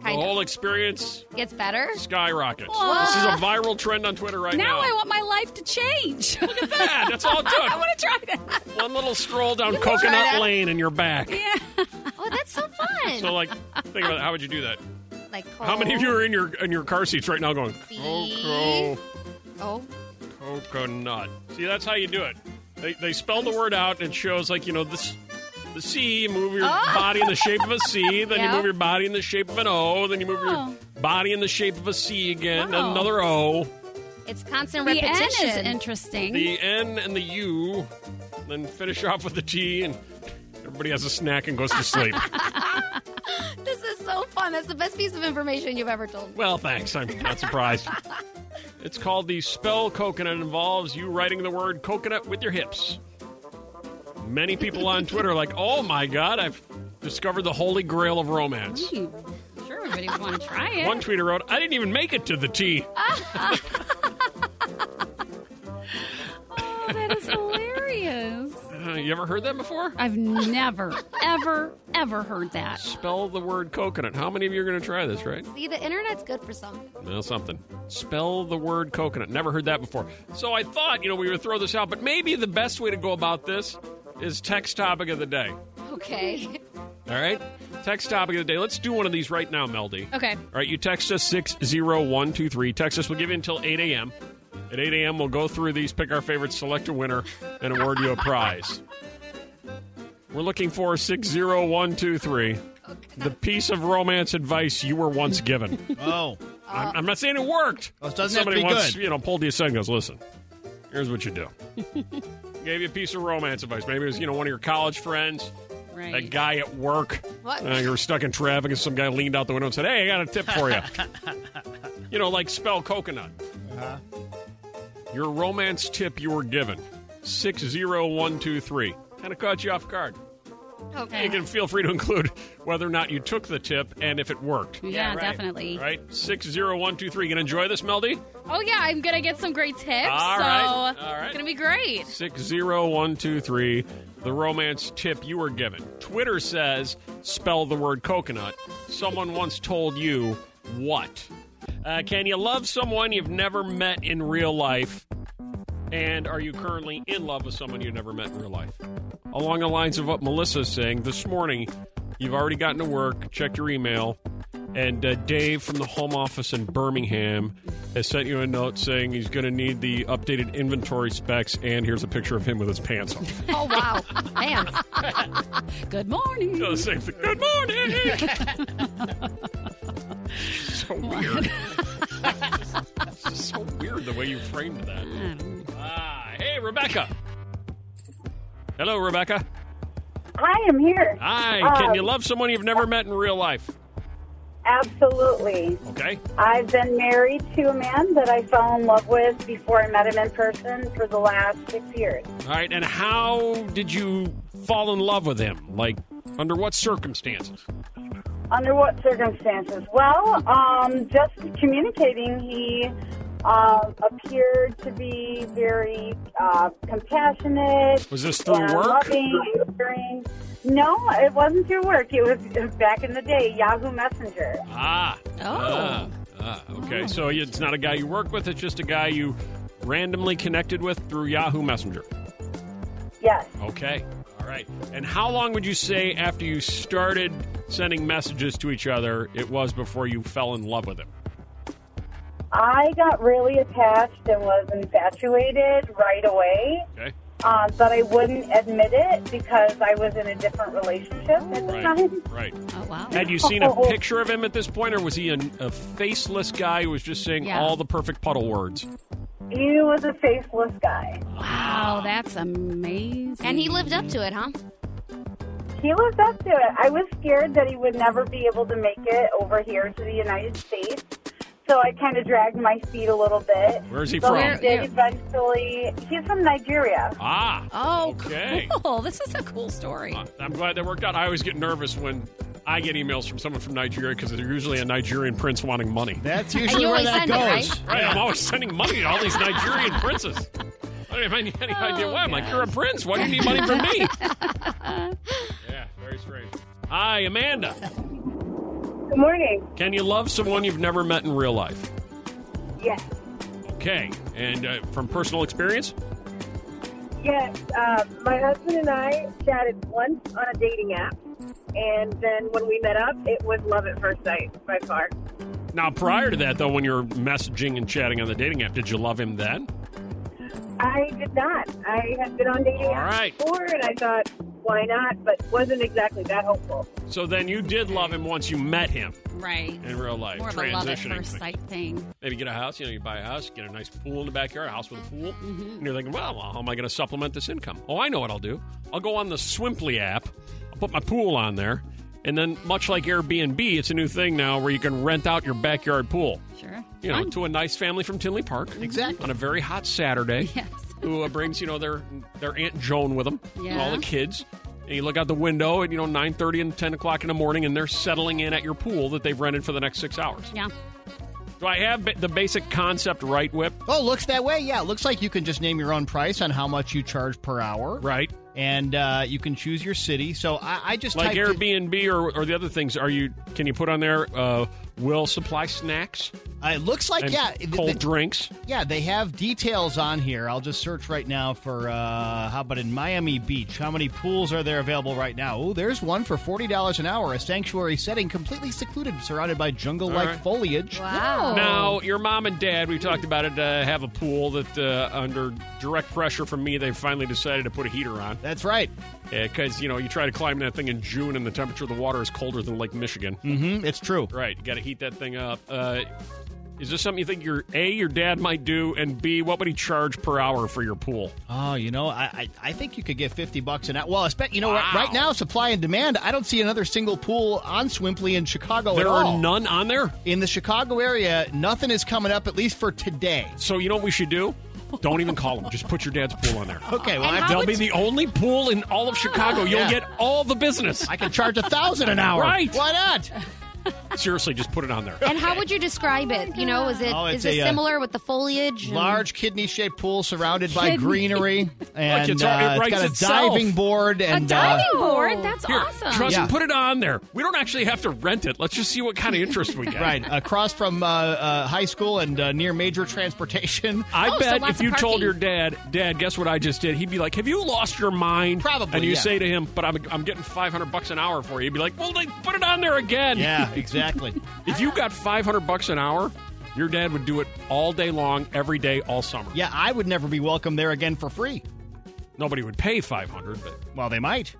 Speaker 1: the whole experience
Speaker 5: Gets better.
Speaker 1: skyrockets.
Speaker 5: Whoa.
Speaker 1: This is a viral trend on Twitter right now.
Speaker 5: now I want my life to change. Look at
Speaker 1: that. That's all it took.
Speaker 5: I want to try that.
Speaker 1: One little stroll down
Speaker 5: wanna try
Speaker 1: coconut
Speaker 5: that?
Speaker 1: lane and you're back.
Speaker 3: Oh, that's so fun.
Speaker 1: So like, think about it. How would you do that?
Speaker 3: like
Speaker 1: How many of you are in your in your car seats right now going
Speaker 3: Oh. See?
Speaker 1: coco
Speaker 3: Oh,
Speaker 1: coconut? See, that's how you do it. They they spell the word out and it shows like you know this the C. You move your
Speaker 12: Oh.
Speaker 1: body in the shape of a C. Then
Speaker 12: Yeah.
Speaker 1: you move your body in the shape of an O. Then you move
Speaker 3: Oh.
Speaker 1: your body in the shape of a C again.
Speaker 3: Wow.
Speaker 1: Another O.
Speaker 3: it's constant
Speaker 2: The N
Speaker 3: repetition.
Speaker 2: is interesting.
Speaker 1: The N and the U. Then finish off with the T and. Everybody has a snack and goes to sleep.
Speaker 3: This is so fun. That's the best piece of information you've ever told. me.
Speaker 1: well, thanks. I'm not surprised. It's called the Spell Coconut. It involves you writing the word coconut with your hips. Many people on Twitter are like, oh my God, I've discovered the holy grail of romance.
Speaker 2: Sure, everybody would want to try it.
Speaker 1: One tweeter wrote, I didn't even make it to the T.
Speaker 2: oh, that is hilarious. Uh,
Speaker 1: Uh, you ever heard that before?
Speaker 2: I've never, ever, ever heard that.
Speaker 1: Spell the word coconut. How many of you are going to try this, right?
Speaker 3: See, the internet's good for something.
Speaker 1: Well, something. Spell the word coconut. Never heard that before. So I thought, you know, we would throw this out, but maybe the best way to go about this is text topic of the day.
Speaker 3: Okay.
Speaker 1: All right? Text topic of the day. Let's do one of these right now, Meldy.
Speaker 2: Okay.
Speaker 1: All right, you text us 60123. Text us. We'll give you until 8 a.m. At 8 a.m., we'll go through these, pick our favorites, select a winner, and award you a prize. We're looking for 60123, the piece of romance advice you were once given.
Speaker 4: Oh.
Speaker 1: I'm, I'm not saying it worked.
Speaker 4: it doesn't have to
Speaker 1: Somebody
Speaker 4: be
Speaker 1: once,
Speaker 4: good.
Speaker 1: you know, pulled you aside and goes, listen, here's what you do. Gave you a piece of romance advice. Maybe it was, you know, one of your college friends,
Speaker 2: Right.
Speaker 1: that guy at work.
Speaker 2: What?
Speaker 1: Uh, you were stuck in traffic and some guy leaned out the window and said, hey, I got a tip for you. you know, like spell coconut.
Speaker 4: Uh-huh.
Speaker 1: Your romance tip you were given 60123. Kind of caught you off guard.
Speaker 3: Okay.
Speaker 1: You can feel free to include whether or not you took the tip and if it worked.
Speaker 2: Yeah, Yeah, right. definitely.
Speaker 1: Right? 60123. Gonna enjoy this, Melody?
Speaker 5: Oh yeah, I'm gonna get some great tips.
Speaker 1: All
Speaker 5: so
Speaker 1: right, all right.
Speaker 5: it's gonna be great.
Speaker 1: 60123. The romance tip you were given. Twitter says spell the word coconut. Someone once told you what? Uh, can you love someone you've never met in real life? And are you currently in love with someone you never met in real life? Along the lines of what Melissa's saying this morning, you've already gotten to work, checked your email, and uh, Dave from the home office in Birmingham has sent you a note saying he's going to need the updated inventory specs, and here's a picture of him with his pants off.
Speaker 3: Oh wow. Damn.
Speaker 2: Good morning.
Speaker 1: No, the same thing. Good morning. so weird. It's just so weird the way you framed that. Ah, hey, Rebecca. Hello, Rebecca.
Speaker 6: I am here.
Speaker 1: Hi.
Speaker 6: Um,
Speaker 1: Can you love someone you've never met in real life?
Speaker 6: Absolutely.
Speaker 1: Okay.
Speaker 6: I've been married to a man that I fell in love with before I met him in person for the last six years.
Speaker 1: All right. And how did you fall in love with him? Like, under what circumstances?
Speaker 6: Under what circumstances? Well, um, just communicating, he um, appeared to be very uh, compassionate.
Speaker 1: Was this through
Speaker 6: and
Speaker 1: work?
Speaker 6: Loving, and caring. No, it wasn't through work. It was, it was back in the day, Yahoo Messenger.
Speaker 1: Ah. Oh. Ah, ah, okay. So it's not a guy you work with, it's just a guy you randomly connected with through Yahoo Messenger.
Speaker 6: Yes.
Speaker 1: Okay. All right. And how long would you say after you started sending messages to each other it was before you fell in love with him?
Speaker 6: I got really attached and was infatuated right away.
Speaker 1: Okay.
Speaker 6: Um, but I wouldn't admit it because I was in a different relationship at the
Speaker 1: Right.
Speaker 6: time.
Speaker 1: Right. Oh
Speaker 2: wow.
Speaker 1: Had you seen a picture of him at this point, or was he an, a faceless guy who was just saying
Speaker 6: Yeah.
Speaker 1: all the perfect puddle words?
Speaker 6: He was a faceless guy.
Speaker 3: Oh,
Speaker 2: Wow, that's amazing.
Speaker 3: And he lived up to it, huh?
Speaker 6: He lived up to it. I was scared that he would never be able to make it over here to the United States. So I kind of dragged my feet a little bit.
Speaker 1: Where's he
Speaker 6: But
Speaker 1: from?
Speaker 6: we
Speaker 1: Where-
Speaker 6: did
Speaker 1: yeah.
Speaker 6: eventually. He's from Nigeria.
Speaker 1: Ah.
Speaker 2: Oh,
Speaker 1: okay. Uh,
Speaker 2: cool. This is a cool story.
Speaker 1: I'm glad that worked out. I always get nervous when I get emails from someone from Nigeria because they're usually a Nigerian prince wanting money.
Speaker 4: That's
Speaker 2: And usually you where always that send it, goes. right?
Speaker 1: right? I'm always sending money to all these Nigerian princes. I don't have any, any
Speaker 2: Oh,
Speaker 1: idea why. I'm like, you're a prince. Why do you need money from me? yeah, very strange. Hi, Amanda.
Speaker 6: Good morning.
Speaker 1: Can you love someone you've never met in real life?
Speaker 6: Yes.
Speaker 1: Okay. And uh, from personal experience?
Speaker 6: Yes, um, my husband and I chatted once on a dating app, and then when we met up, it was love at first sight by far.
Speaker 1: Now, prior to that, though, when you were messaging and chatting on the dating app, did you love him then?
Speaker 6: I did not. I had been on dating
Speaker 1: All
Speaker 6: apps
Speaker 1: right.
Speaker 6: before, and I thought, why not? But wasn't exactly that hopeful.
Speaker 1: So then you did love him once you met him
Speaker 2: Right.
Speaker 1: in real life.
Speaker 2: More of a
Speaker 1: transitioning
Speaker 2: love at first
Speaker 1: thing.
Speaker 2: sight thing.
Speaker 1: Maybe get a house, you know, you buy a house, get a nice pool in the backyard, a house with a pool.
Speaker 2: Mm-hmm.
Speaker 1: And you're thinking, well, how am I going to supplement this income? Oh, I know what I'll do. I'll go on the Swimply app, I'll put my pool on there. And then, much like Airbnb, it's a new thing now where you can rent out your backyard pool.
Speaker 2: Sure.
Speaker 1: You know, to a nice family from Tinley Park.
Speaker 4: Exactly.
Speaker 1: On a very hot Saturday.
Speaker 2: Yes.
Speaker 1: Who uh, brings, you know, their their Aunt Joan with them. and All
Speaker 2: Yeah.
Speaker 1: the kids. And you look out the window at, you know, 9.30 and 10 o'clock in the morning, and they're settling in at your pool that they've rented for the next six hours.
Speaker 2: Yeah.
Speaker 1: Do I have ba- the basic concept right, Whip?
Speaker 4: Oh, looks that way. Yeah, looks like you can just name your own price on how much you charge per hour.
Speaker 1: Right.
Speaker 4: Oh. And uh, you can choose your city. So I, I just
Speaker 1: Like
Speaker 4: typed in-
Speaker 1: Airbnb or, or the other things, are you? Can you put on there? Uh, will supply snacks?
Speaker 4: Uh, it looks like
Speaker 1: and
Speaker 4: yeah, th-
Speaker 1: cold
Speaker 4: th-
Speaker 1: drinks.
Speaker 4: Yeah, they have details on here. I'll just search right now for uh, how about in Miami Beach? How many pools are there available right now? Oh, there's one for forty dollars an hour, a sanctuary setting, completely secluded, surrounded by jungle-like
Speaker 1: All right.
Speaker 4: foliage.
Speaker 3: Wow.
Speaker 1: Now,
Speaker 4: Oh.
Speaker 1: your mom and dad, we talked about it, uh, have a pool that uh, under direct pressure from me, they finally decided to put a heater on.
Speaker 4: That's right.
Speaker 1: Because, you know, you try to climb that thing in June and the temperature of the water is colder than Lake Michigan.
Speaker 4: Mm-hmm. It's true.
Speaker 1: Right. You got to heat that thing up. Uh, is this something you think your A, your dad might do, and B, what would he charge per hour for your pool?
Speaker 4: Oh, you know, I I, I think you could get fifty bucks an hour. Well, I expect you know what?
Speaker 1: Wow.
Speaker 4: Right now, supply and demand. I don't see another single pool on Swimply in Chicago
Speaker 1: there
Speaker 4: at
Speaker 1: are
Speaker 4: all.
Speaker 1: none on there?
Speaker 4: in the Chicago area, nothing is coming up at least for today.
Speaker 1: So you know what we should do? Don't even call them. Just put your dad's pool on there.
Speaker 4: Okay, well, I, Ah,
Speaker 1: They'll be the only pool in all of Chicago. You'll
Speaker 4: Yeah.
Speaker 1: get all the business.
Speaker 4: I can charge a thousand an hour.
Speaker 1: Right.
Speaker 4: Why not?
Speaker 1: Seriously, just put it on there.
Speaker 3: And how would you describe it? You know, is it
Speaker 4: Oh,
Speaker 3: is
Speaker 4: it's
Speaker 3: it
Speaker 4: a, uh,
Speaker 3: similar with the foliage? and-
Speaker 4: Large kidney-shaped pool surrounded by
Speaker 3: Kidney.
Speaker 4: greenery, and
Speaker 1: it's- it
Speaker 4: uh, it's
Speaker 1: writes
Speaker 4: got a
Speaker 1: itself.
Speaker 4: diving board and
Speaker 5: a diving
Speaker 4: uh,
Speaker 5: board. That's
Speaker 1: Here,
Speaker 5: awesome.
Speaker 1: Trust
Speaker 4: Yeah.
Speaker 1: me, put it on there. We don't actually have to rent it. Let's just see what kind of interest we get.
Speaker 4: right across from uh, uh, high school and uh, near major transportation.
Speaker 1: I
Speaker 2: Oh, so
Speaker 1: bet
Speaker 2: lots
Speaker 1: if
Speaker 2: of
Speaker 1: you told
Speaker 2: parking.
Speaker 1: your dad, Dad, guess what I just did? He'd be like, Have you lost your mind?
Speaker 4: Probably,
Speaker 1: And you
Speaker 4: yeah.
Speaker 1: say to him, But I'm, I'm getting 500 bucks an hour for you. He'd be like, Well, they put it on there again.
Speaker 4: Yeah, exactly.
Speaker 1: If you got 500 bucks an hour, your dad would do it all day long, every day, all summer.
Speaker 4: yeah, I would never be welcome there again for free.
Speaker 1: Nobody would pay 500, but
Speaker 4: Well, they might.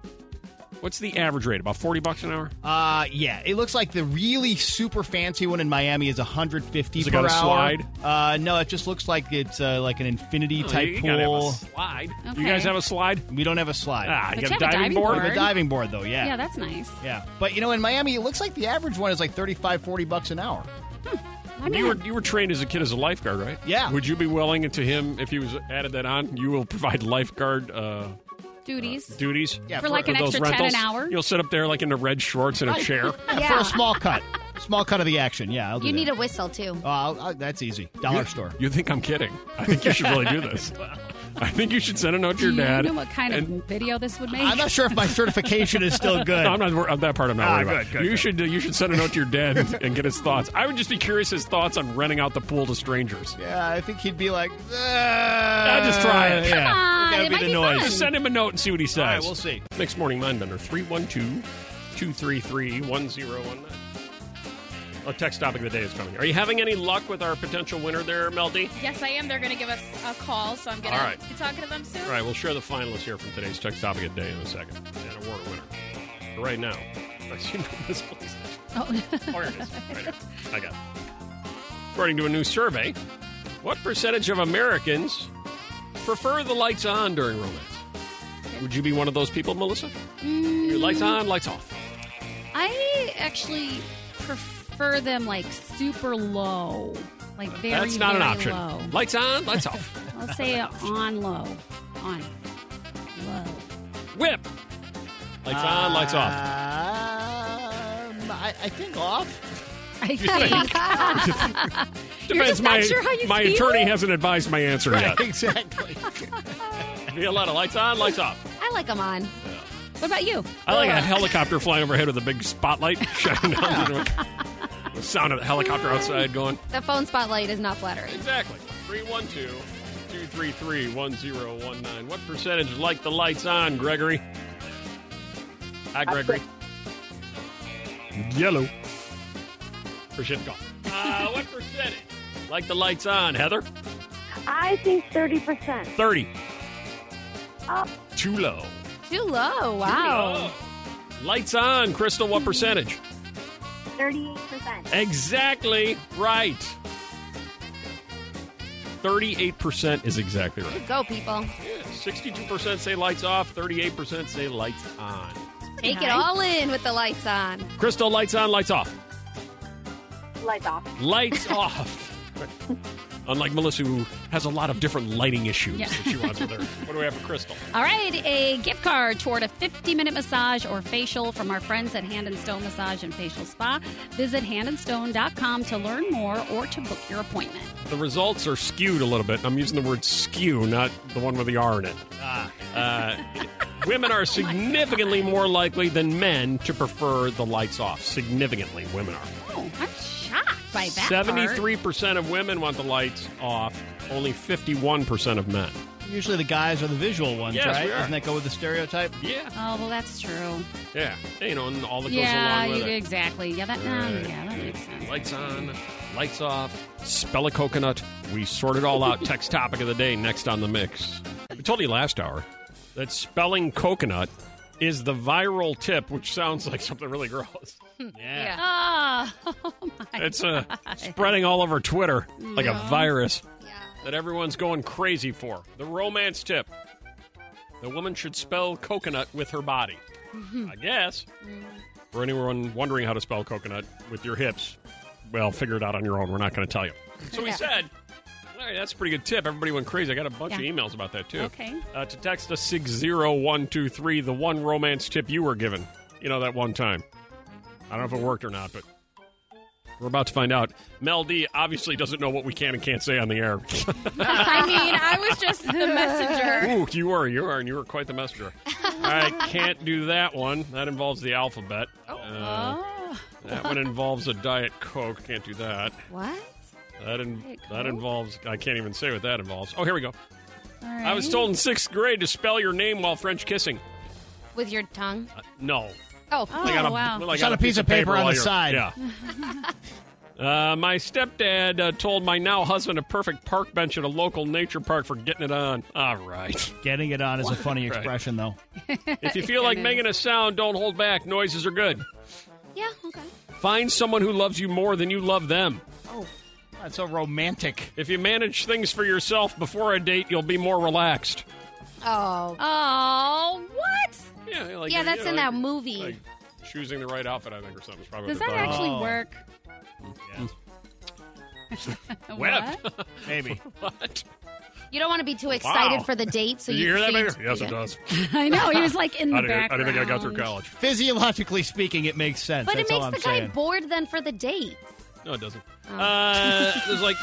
Speaker 1: what's the average rate? About 40 bucks an hour?
Speaker 4: Uh, yeah, it looks like the really super fancy one in Miami is 150
Speaker 1: Does it
Speaker 4: per
Speaker 1: got a
Speaker 4: hour.
Speaker 1: slide?
Speaker 4: Uh, no, it just looks like it's uh, like an infinity
Speaker 1: Oh,
Speaker 4: type
Speaker 1: you gotta have a
Speaker 4: pool.
Speaker 1: slide.
Speaker 2: Okay.
Speaker 1: You guys have a slide?
Speaker 4: We don't have a slide.
Speaker 1: Ah,
Speaker 2: But
Speaker 1: you
Speaker 2: you
Speaker 1: got
Speaker 2: have a diving
Speaker 1: board?
Speaker 4: We have a diving board though. Yeah.
Speaker 2: Yeah, that's nice.
Speaker 4: Yeah. But you know, in Miami, it looks like the average one is like 35, 40 bucks an hour.
Speaker 1: You were you were trained as a kid as a lifeguard, right?
Speaker 4: Yeah.
Speaker 1: Would you be willing to him if he was added that on? You will provide lifeguard uh,
Speaker 2: Duties.
Speaker 1: duties.
Speaker 4: Yeah.
Speaker 2: For like an
Speaker 1: those
Speaker 2: extra 10
Speaker 1: rentals?
Speaker 2: an hour.
Speaker 1: You'll sit up there like in the red shorts in a chair.
Speaker 4: Yeah, For a small cut. Small cut of the action. Yeah. I'll do
Speaker 3: You
Speaker 4: that.
Speaker 3: need a whistle too.
Speaker 4: Oh, I'll, I'll, that's easy. Dollar store.
Speaker 1: You think I'm kidding? I think you should really do this. I think you should send a note to
Speaker 2: Do
Speaker 1: your
Speaker 2: you
Speaker 1: dad.
Speaker 2: know what kind of
Speaker 1: and-
Speaker 2: video this would make?
Speaker 4: I'm not sure if my certification is still good.
Speaker 1: No, I'm not. wor- uh, That part I'm not
Speaker 4: Ah,
Speaker 1: worried about.
Speaker 4: good, good,
Speaker 1: you
Speaker 4: good.
Speaker 1: should uh, you should send a note to your dad and, and get his thoughts. I would just be curious his thoughts on renting out the pool to strangers.
Speaker 4: yeah, I think he'd be like,
Speaker 1: I'll
Speaker 4: I'll
Speaker 1: just try it.
Speaker 4: Yeah.
Speaker 2: Come
Speaker 5: Uh,
Speaker 2: on,
Speaker 4: That'd
Speaker 2: it
Speaker 4: be
Speaker 2: might
Speaker 4: the
Speaker 2: be
Speaker 4: noise.
Speaker 1: Just
Speaker 2: fun.
Speaker 1: send him a note and see what he says.
Speaker 4: All right, we'll see.
Speaker 1: Next morning, Mindbender 312 233 1019. Oh, text topic of the day is coming. Are you having any luck with our potential winner there, Mel D?
Speaker 5: Yes, I am. They're going to give us a call, so I'm going
Speaker 1: All right.
Speaker 5: to be talking to them soon.
Speaker 1: All right, we'll share the finalists here from today's text topic of the day in a second. And award winner. But right now, I seem to this place.
Speaker 12: Oh.
Speaker 1: I got it. According to a new survey, what percentage of Americans prefer the lights on during romance? Would you be one of those people, Melissa?
Speaker 12: Mm.
Speaker 1: Your lights on, lights off.
Speaker 12: I actually prefer them like super low, like very
Speaker 1: That's not an
Speaker 12: very
Speaker 1: option.
Speaker 12: low.
Speaker 1: Lights on, lights off.
Speaker 12: Let's say on low, on low.
Speaker 1: Whip. Lights on, lights off.
Speaker 4: Um, I, I think off.
Speaker 12: I
Speaker 4: think.
Speaker 1: Depends. My my attorney hasn't advised my answer
Speaker 4: Right,
Speaker 1: yet.
Speaker 4: Exactly.
Speaker 1: Be a lot of lights on, lights off.
Speaker 3: I like them on.
Speaker 12: What about you?
Speaker 1: I like a helicopter flying overhead with a big spotlight shining down. the sound of the helicopter outside going.
Speaker 3: The phone spotlight is not flattering.
Speaker 1: Exactly. 312 233 1019. What percentage like the lights on, Gregory? Hi, Gregory. Yellow. Appreciate the call. Uh, what percentage? Like the lights on, Heather?
Speaker 13: I think 30%.
Speaker 1: 30.
Speaker 13: Up.
Speaker 1: Too low.
Speaker 3: Too low. Wow.
Speaker 1: Lights on, Crystal. What percentage?
Speaker 13: 38%.
Speaker 1: Exactly right. 38% is exactly right.
Speaker 3: Go, people.
Speaker 1: 62% say lights off, 38% say lights on.
Speaker 3: Take it all in with the lights on.
Speaker 1: Crystal, lights on, lights off.
Speaker 13: Lights off.
Speaker 1: Lights off. Unlike Melissa, who has a lot of different lighting issues
Speaker 12: Yeah.
Speaker 1: that she wants with her. What do we have for Crystal?
Speaker 12: All right, a gift card toward a 50 minute massage or facial from our friends at Hand and Stone Massage and Facial Spa. Visit handandstone.com to learn more or to book your appointment.
Speaker 1: The results are skewed a little bit. I'm using the word skew, not the one with the R in it.
Speaker 13: Ah.
Speaker 1: Uh,
Speaker 13: Oh
Speaker 1: women are significantly more likely than men to prefer the lights off. Significantly, women are.
Speaker 12: Oh, I'm shocked by that. part.
Speaker 1: 73% of women want the lights off, only 51% of men.
Speaker 4: Usually the guys are the visual ones,
Speaker 1: Yes,
Speaker 4: right?
Speaker 1: we are.
Speaker 4: Doesn't that go with the stereotype?
Speaker 1: Yeah.
Speaker 12: Oh, well, that's true.
Speaker 1: Yeah. You know, and all that
Speaker 12: yeah,
Speaker 1: goes along with
Speaker 12: you-
Speaker 1: it.
Speaker 12: exactly. Yeah, that, um,
Speaker 1: Right.
Speaker 12: yeah, that makes sense.
Speaker 1: Lights on, lights off, spell a coconut. We sort it all out. Text topic of the day next on the mix. We told you last hour that spelling coconut is the viral tip, which sounds like something really gross.
Speaker 12: Oh, my
Speaker 1: It's uh, spreading all over Twitter like a
Speaker 12: Yeah.
Speaker 1: virus that everyone's going crazy for. The romance tip. The woman should spell coconut with her body.
Speaker 12: Mm-hmm.
Speaker 1: I guess.
Speaker 12: Mm.
Speaker 1: For anyone wondering how to spell coconut with your hips, well, figure it out on your own. We're not going to tell you. So we said, Larry, that's a pretty good tip. Everybody went crazy. I got a bunch
Speaker 12: Yeah.
Speaker 1: of emails about that, too.
Speaker 12: Okay.
Speaker 1: Uh, to text us 60123, the one romance tip you were given, you know, that one time. I don't know if it worked or not, but we're about to find out. Mel D obviously doesn't know what we can and can't say on the air.
Speaker 5: I mean, I was just the messenger.
Speaker 1: Ooh, you are, you are, and you were quite the messenger. I can't do that one. That involves the alphabet.
Speaker 3: Oh.
Speaker 1: Uh, that one involves a Diet Coke. Can't do that.
Speaker 3: What?
Speaker 1: That in,
Speaker 3: Diet
Speaker 1: that
Speaker 3: Coke?
Speaker 1: involves. I can't even say what that involves. Oh, here we go.
Speaker 3: All
Speaker 1: I was
Speaker 3: right.
Speaker 1: told in sixth grade to spell your name while French kissing.
Speaker 3: With your tongue.
Speaker 1: No.
Speaker 3: Oh,
Speaker 1: I got a, well, I
Speaker 4: It's
Speaker 1: got
Speaker 4: on a piece of paper on
Speaker 1: while
Speaker 4: the
Speaker 1: you're-
Speaker 4: side.
Speaker 1: Yeah. Uh, my stepdad uh, told my now husband a perfect park bench at a local nature park for getting it on. All right.
Speaker 4: Getting it on is a funny
Speaker 1: Right.
Speaker 4: expression, though.
Speaker 1: If you feel like making a sound, don't hold back. Noises are good.
Speaker 3: Yeah, okay.
Speaker 1: Find someone who loves you more than you love them.
Speaker 4: Oh, that's so romantic.
Speaker 1: If you manage things for yourself before a date, you'll be more relaxed.
Speaker 3: Oh.
Speaker 12: Oh, what?
Speaker 1: Yeah, like,
Speaker 3: yeah,
Speaker 1: you
Speaker 3: that's
Speaker 1: know,
Speaker 3: in
Speaker 1: like-
Speaker 3: that movie.
Speaker 1: Like choosing the right outfit, I think, or something. is probably
Speaker 12: Does
Speaker 1: what
Speaker 12: that
Speaker 1: they're talking
Speaker 12: actually
Speaker 1: about.
Speaker 12: work?
Speaker 1: Wept.
Speaker 4: Maybe.
Speaker 1: what?
Speaker 3: you don't want to be too excited for the date, so
Speaker 1: Did
Speaker 3: you,
Speaker 1: you hear that,
Speaker 3: can't-
Speaker 1: Baker? Yes, it does.
Speaker 12: I know. He was like in the
Speaker 1: I didn't- I
Speaker 12: background.
Speaker 1: didn't think I got through college.
Speaker 4: Physiologically speaking, it makes sense.
Speaker 3: But it
Speaker 4: that's
Speaker 3: makes
Speaker 4: all I'm
Speaker 3: the guy
Speaker 4: saying.
Speaker 3: bored then for the date.
Speaker 1: No, it doesn't.
Speaker 12: Oh.
Speaker 1: Uh, there's like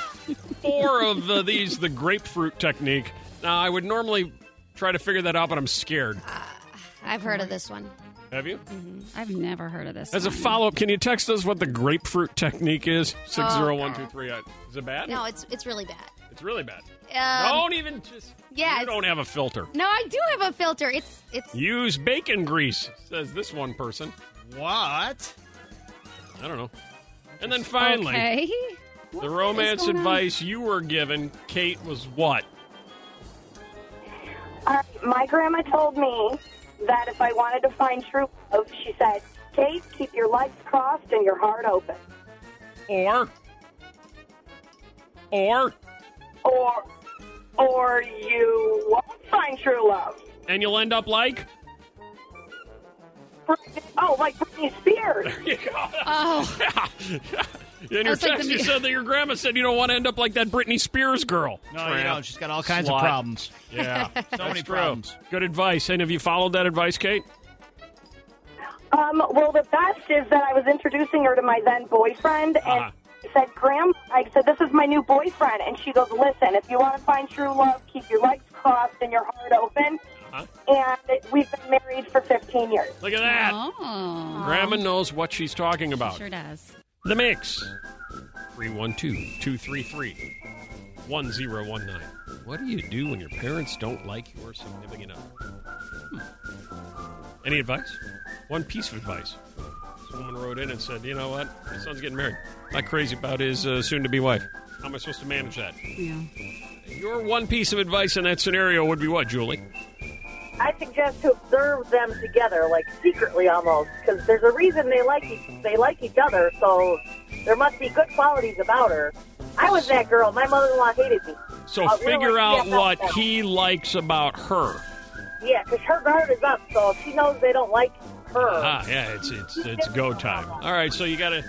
Speaker 1: four of uh, these, the grapefruit technique. Now, I would normally try to figure that out, but I'm scared.
Speaker 3: I've heard of this one.
Speaker 1: Have you?
Speaker 12: Mm-hmm. I've never heard of this.
Speaker 1: As a
Speaker 12: one. Oh,
Speaker 1: follow up, can you text us what the grapefruit technique is? Six zero one two three. Is it bad?
Speaker 3: No, Oh, it's it's really bad.
Speaker 1: It's really bad.
Speaker 3: Um,
Speaker 1: don't even just.
Speaker 3: Yeah,
Speaker 1: You
Speaker 3: it's-
Speaker 1: don't have a filter.
Speaker 3: No, I do have a filter. It's it's
Speaker 1: Use bacon grease, says this one person.
Speaker 4: What?
Speaker 1: I don't know. And then finally,
Speaker 12: Okay.
Speaker 1: the romance
Speaker 13: going on?
Speaker 1: advice you were given, Kate, was what?
Speaker 13: Uh, my grandma told me that if I wanted to find true love, she said, Kate, keep your legs crossed and your heart open.
Speaker 1: Or. Or.
Speaker 13: Or. Or you won't find true love.
Speaker 1: And you'll end up like?
Speaker 13: Oh, like Britney Spears.
Speaker 12: oh.
Speaker 1: In your
Speaker 13: That's like
Speaker 1: text,
Speaker 13: the
Speaker 1: you
Speaker 13: mu-
Speaker 1: said that your grandma said you don't want to end up like that Britney Spears girl.
Speaker 11: Oh,
Speaker 4: No, you don't. She's got all kinds
Speaker 1: Slut.
Speaker 4: of problems.
Speaker 1: Yeah.
Speaker 4: so
Speaker 1: That's
Speaker 4: many
Speaker 1: true.
Speaker 4: problems.
Speaker 1: Good advice. And have you followed that advice, Kate?
Speaker 13: Um, well, the best is that I was introducing her to my then boyfriend,
Speaker 4: Oh.
Speaker 13: and
Speaker 1: Uh-huh.
Speaker 13: I said, Graham, I said, this is my new boyfriend. And she goes, listen, if you want to find true love, keep your legs crossed and your heart open.
Speaker 1: Huh?
Speaker 13: And we've been married for 15 years.
Speaker 1: Look at that. Grandma knows what she's talking about.
Speaker 12: Oh. Sure does.
Speaker 1: The Mix. 312 233 1019. What do you do when your parents don't like your significant other? Hmm. Any advice? One piece of advice. This woman wrote in and said, You know what? My son's getting married. Not crazy about his uh, soon to be wife. How am I supposed to manage that?
Speaker 12: Yeah.
Speaker 1: Your one piece of advice in that scenario would be what, Julie?
Speaker 14: I suggest to observe them together, like secretly almost, because there's a reason they like each, they like each other. So there must be good qualities about her. I was that girl. My mother-in-law hated me.
Speaker 1: So
Speaker 14: Uh, we were
Speaker 1: figure
Speaker 14: like
Speaker 1: out
Speaker 14: BFFs
Speaker 1: what
Speaker 14: then.
Speaker 1: he likes about her.
Speaker 14: Yeah, because her guard is up. So if she knows they don't like her,
Speaker 1: Ah, yeah, it's it's it's go time. All right, so you got to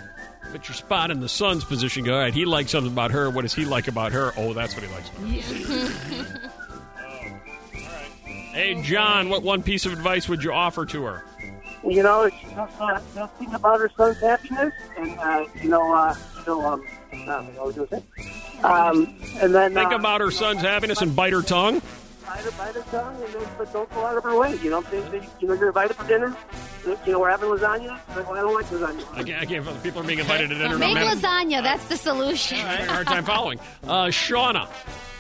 Speaker 1: put your spot in the son's position. Go, all right, he likes something about her. What does he like about her? Oh, that's what he likes. About her. Oh, Hey, John, what one piece of advice would you offer to her?
Speaker 15: you know, she knows uh, nothing about her son's happiness, and uh, you know, uh, so um, uh, I was gonna say, um, and then
Speaker 1: Think
Speaker 15: uh,
Speaker 1: about her son's happiness and bite her tongue.
Speaker 15: bite her, bite her tongue, and then but don't go out of her way. You know, they, they, you know, you're invited for dinner. You know, we're having lasagna. Like, well, I don't like lasagna.
Speaker 1: I can't, I can't follow- people are being invited to dinner. and
Speaker 3: Make
Speaker 1: I'm having
Speaker 3: lasagna. That's the solution.
Speaker 1: a hard time following. Uh, Shauna,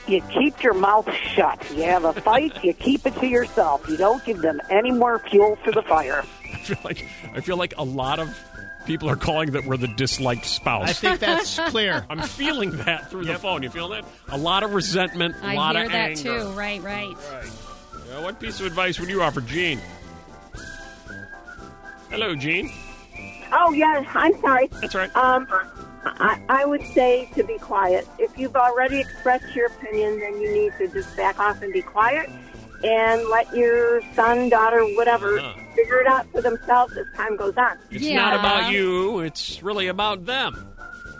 Speaker 16: You keep your mouth shut. You have a fight, you keep it to yourself. You don't give them any more fuel for the fire.
Speaker 1: I feel like I feel like a lot of people are calling that we're the disliked spouse.
Speaker 4: I think that's clear.
Speaker 1: I'm feeling that through the phone. You feel that? A lot of resentment, a
Speaker 12: I
Speaker 1: lot
Speaker 12: hear
Speaker 1: of
Speaker 12: that
Speaker 1: anger.
Speaker 12: too. Right, right.
Speaker 1: Uh, what piece of advice would you offer Gene? Hello, Gene.
Speaker 13: Oh, yes. I'm sorry.
Speaker 1: That's right.
Speaker 13: Um, I, I would say to be quiet. If you've already expressed your opinion, then you need to just back off and be quiet and let your son, daughter, whatever,
Speaker 1: Uh-huh.
Speaker 13: figure it out for themselves as time goes on.
Speaker 1: It's not about you, it's really about them.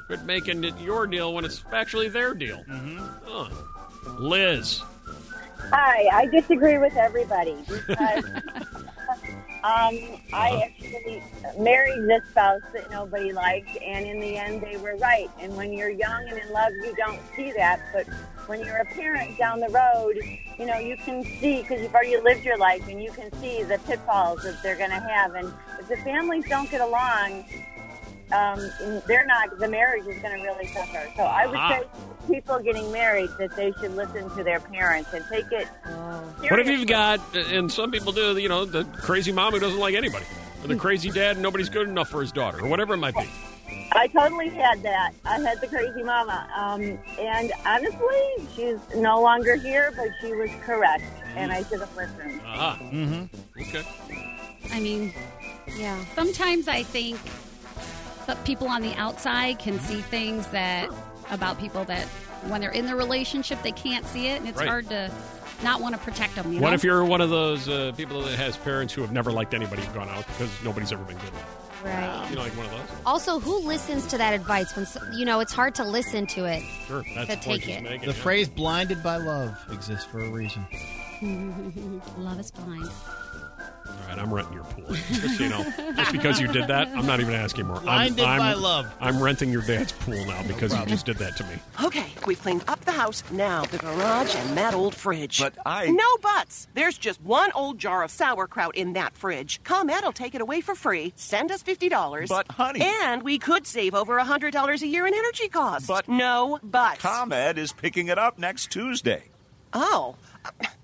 Speaker 1: Quit making it your deal when it's actually their deal. Mm-hmm. Liz.
Speaker 17: Hi, I disagree with everybody because um, I actually married this spouse that nobody liked, and in the end, they were right. And when you're young and in love, you don't see that, but when you're a parent down the road, you know you can see because you've already lived your life, and you can see the pitfalls that they're going to have. And if the families don't get along, um, they're not. The marriage is going to really suffer. So I would
Speaker 1: Ah.
Speaker 17: say people getting married that they should listen to their parents and take it.
Speaker 1: What if you've got, and some people do, you know, the crazy mom who doesn't like anybody, or the crazy dad and nobody's good enough for his daughter, or whatever it might be.
Speaker 17: I totally had that. I had the crazy mama, um, and honestly, she's no longer here, but she was correct, and I should have listened.
Speaker 1: Ah. Mm-hmm. Okay.
Speaker 12: I mean,
Speaker 3: yeah.
Speaker 12: Sometimes I think that people on the outside can see things that about people that when they're in the relationship they can't see it, and it's
Speaker 1: Right.
Speaker 12: hard to not want to protect them. You
Speaker 1: what
Speaker 12: know?
Speaker 1: if you're one of those uh, people that has parents who have never liked anybody who've gone out because nobody's ever been good?
Speaker 3: Right.
Speaker 1: You know, like one of those?
Speaker 3: Also, who listens to that advice when s- you know it's hard to listen to it?
Speaker 1: Sure.
Speaker 3: To take it.
Speaker 4: The phrase blinded by love exists for a reason.
Speaker 12: Love is blind.
Speaker 1: All right, I'm renting your pool. Just, so you know, just because you did that, I'm not even asking more.
Speaker 4: Blinded
Speaker 1: I'm, I'm,
Speaker 4: by love.
Speaker 1: I'm renting your dad's pool now because you just did that to me.
Speaker 10: Okay, we've cleaned up the house, now the garage and that old fridge. But
Speaker 11: I.
Speaker 10: No buts! There's just one old jar of sauerkraut in that fridge. ComEd will take it away for free, send us $50.
Speaker 11: But, honey-
Speaker 10: And we could save over $100 a year in energy costs. But. No buts.
Speaker 11: ComEd is picking it up next Tuesday.
Speaker 10: Oh.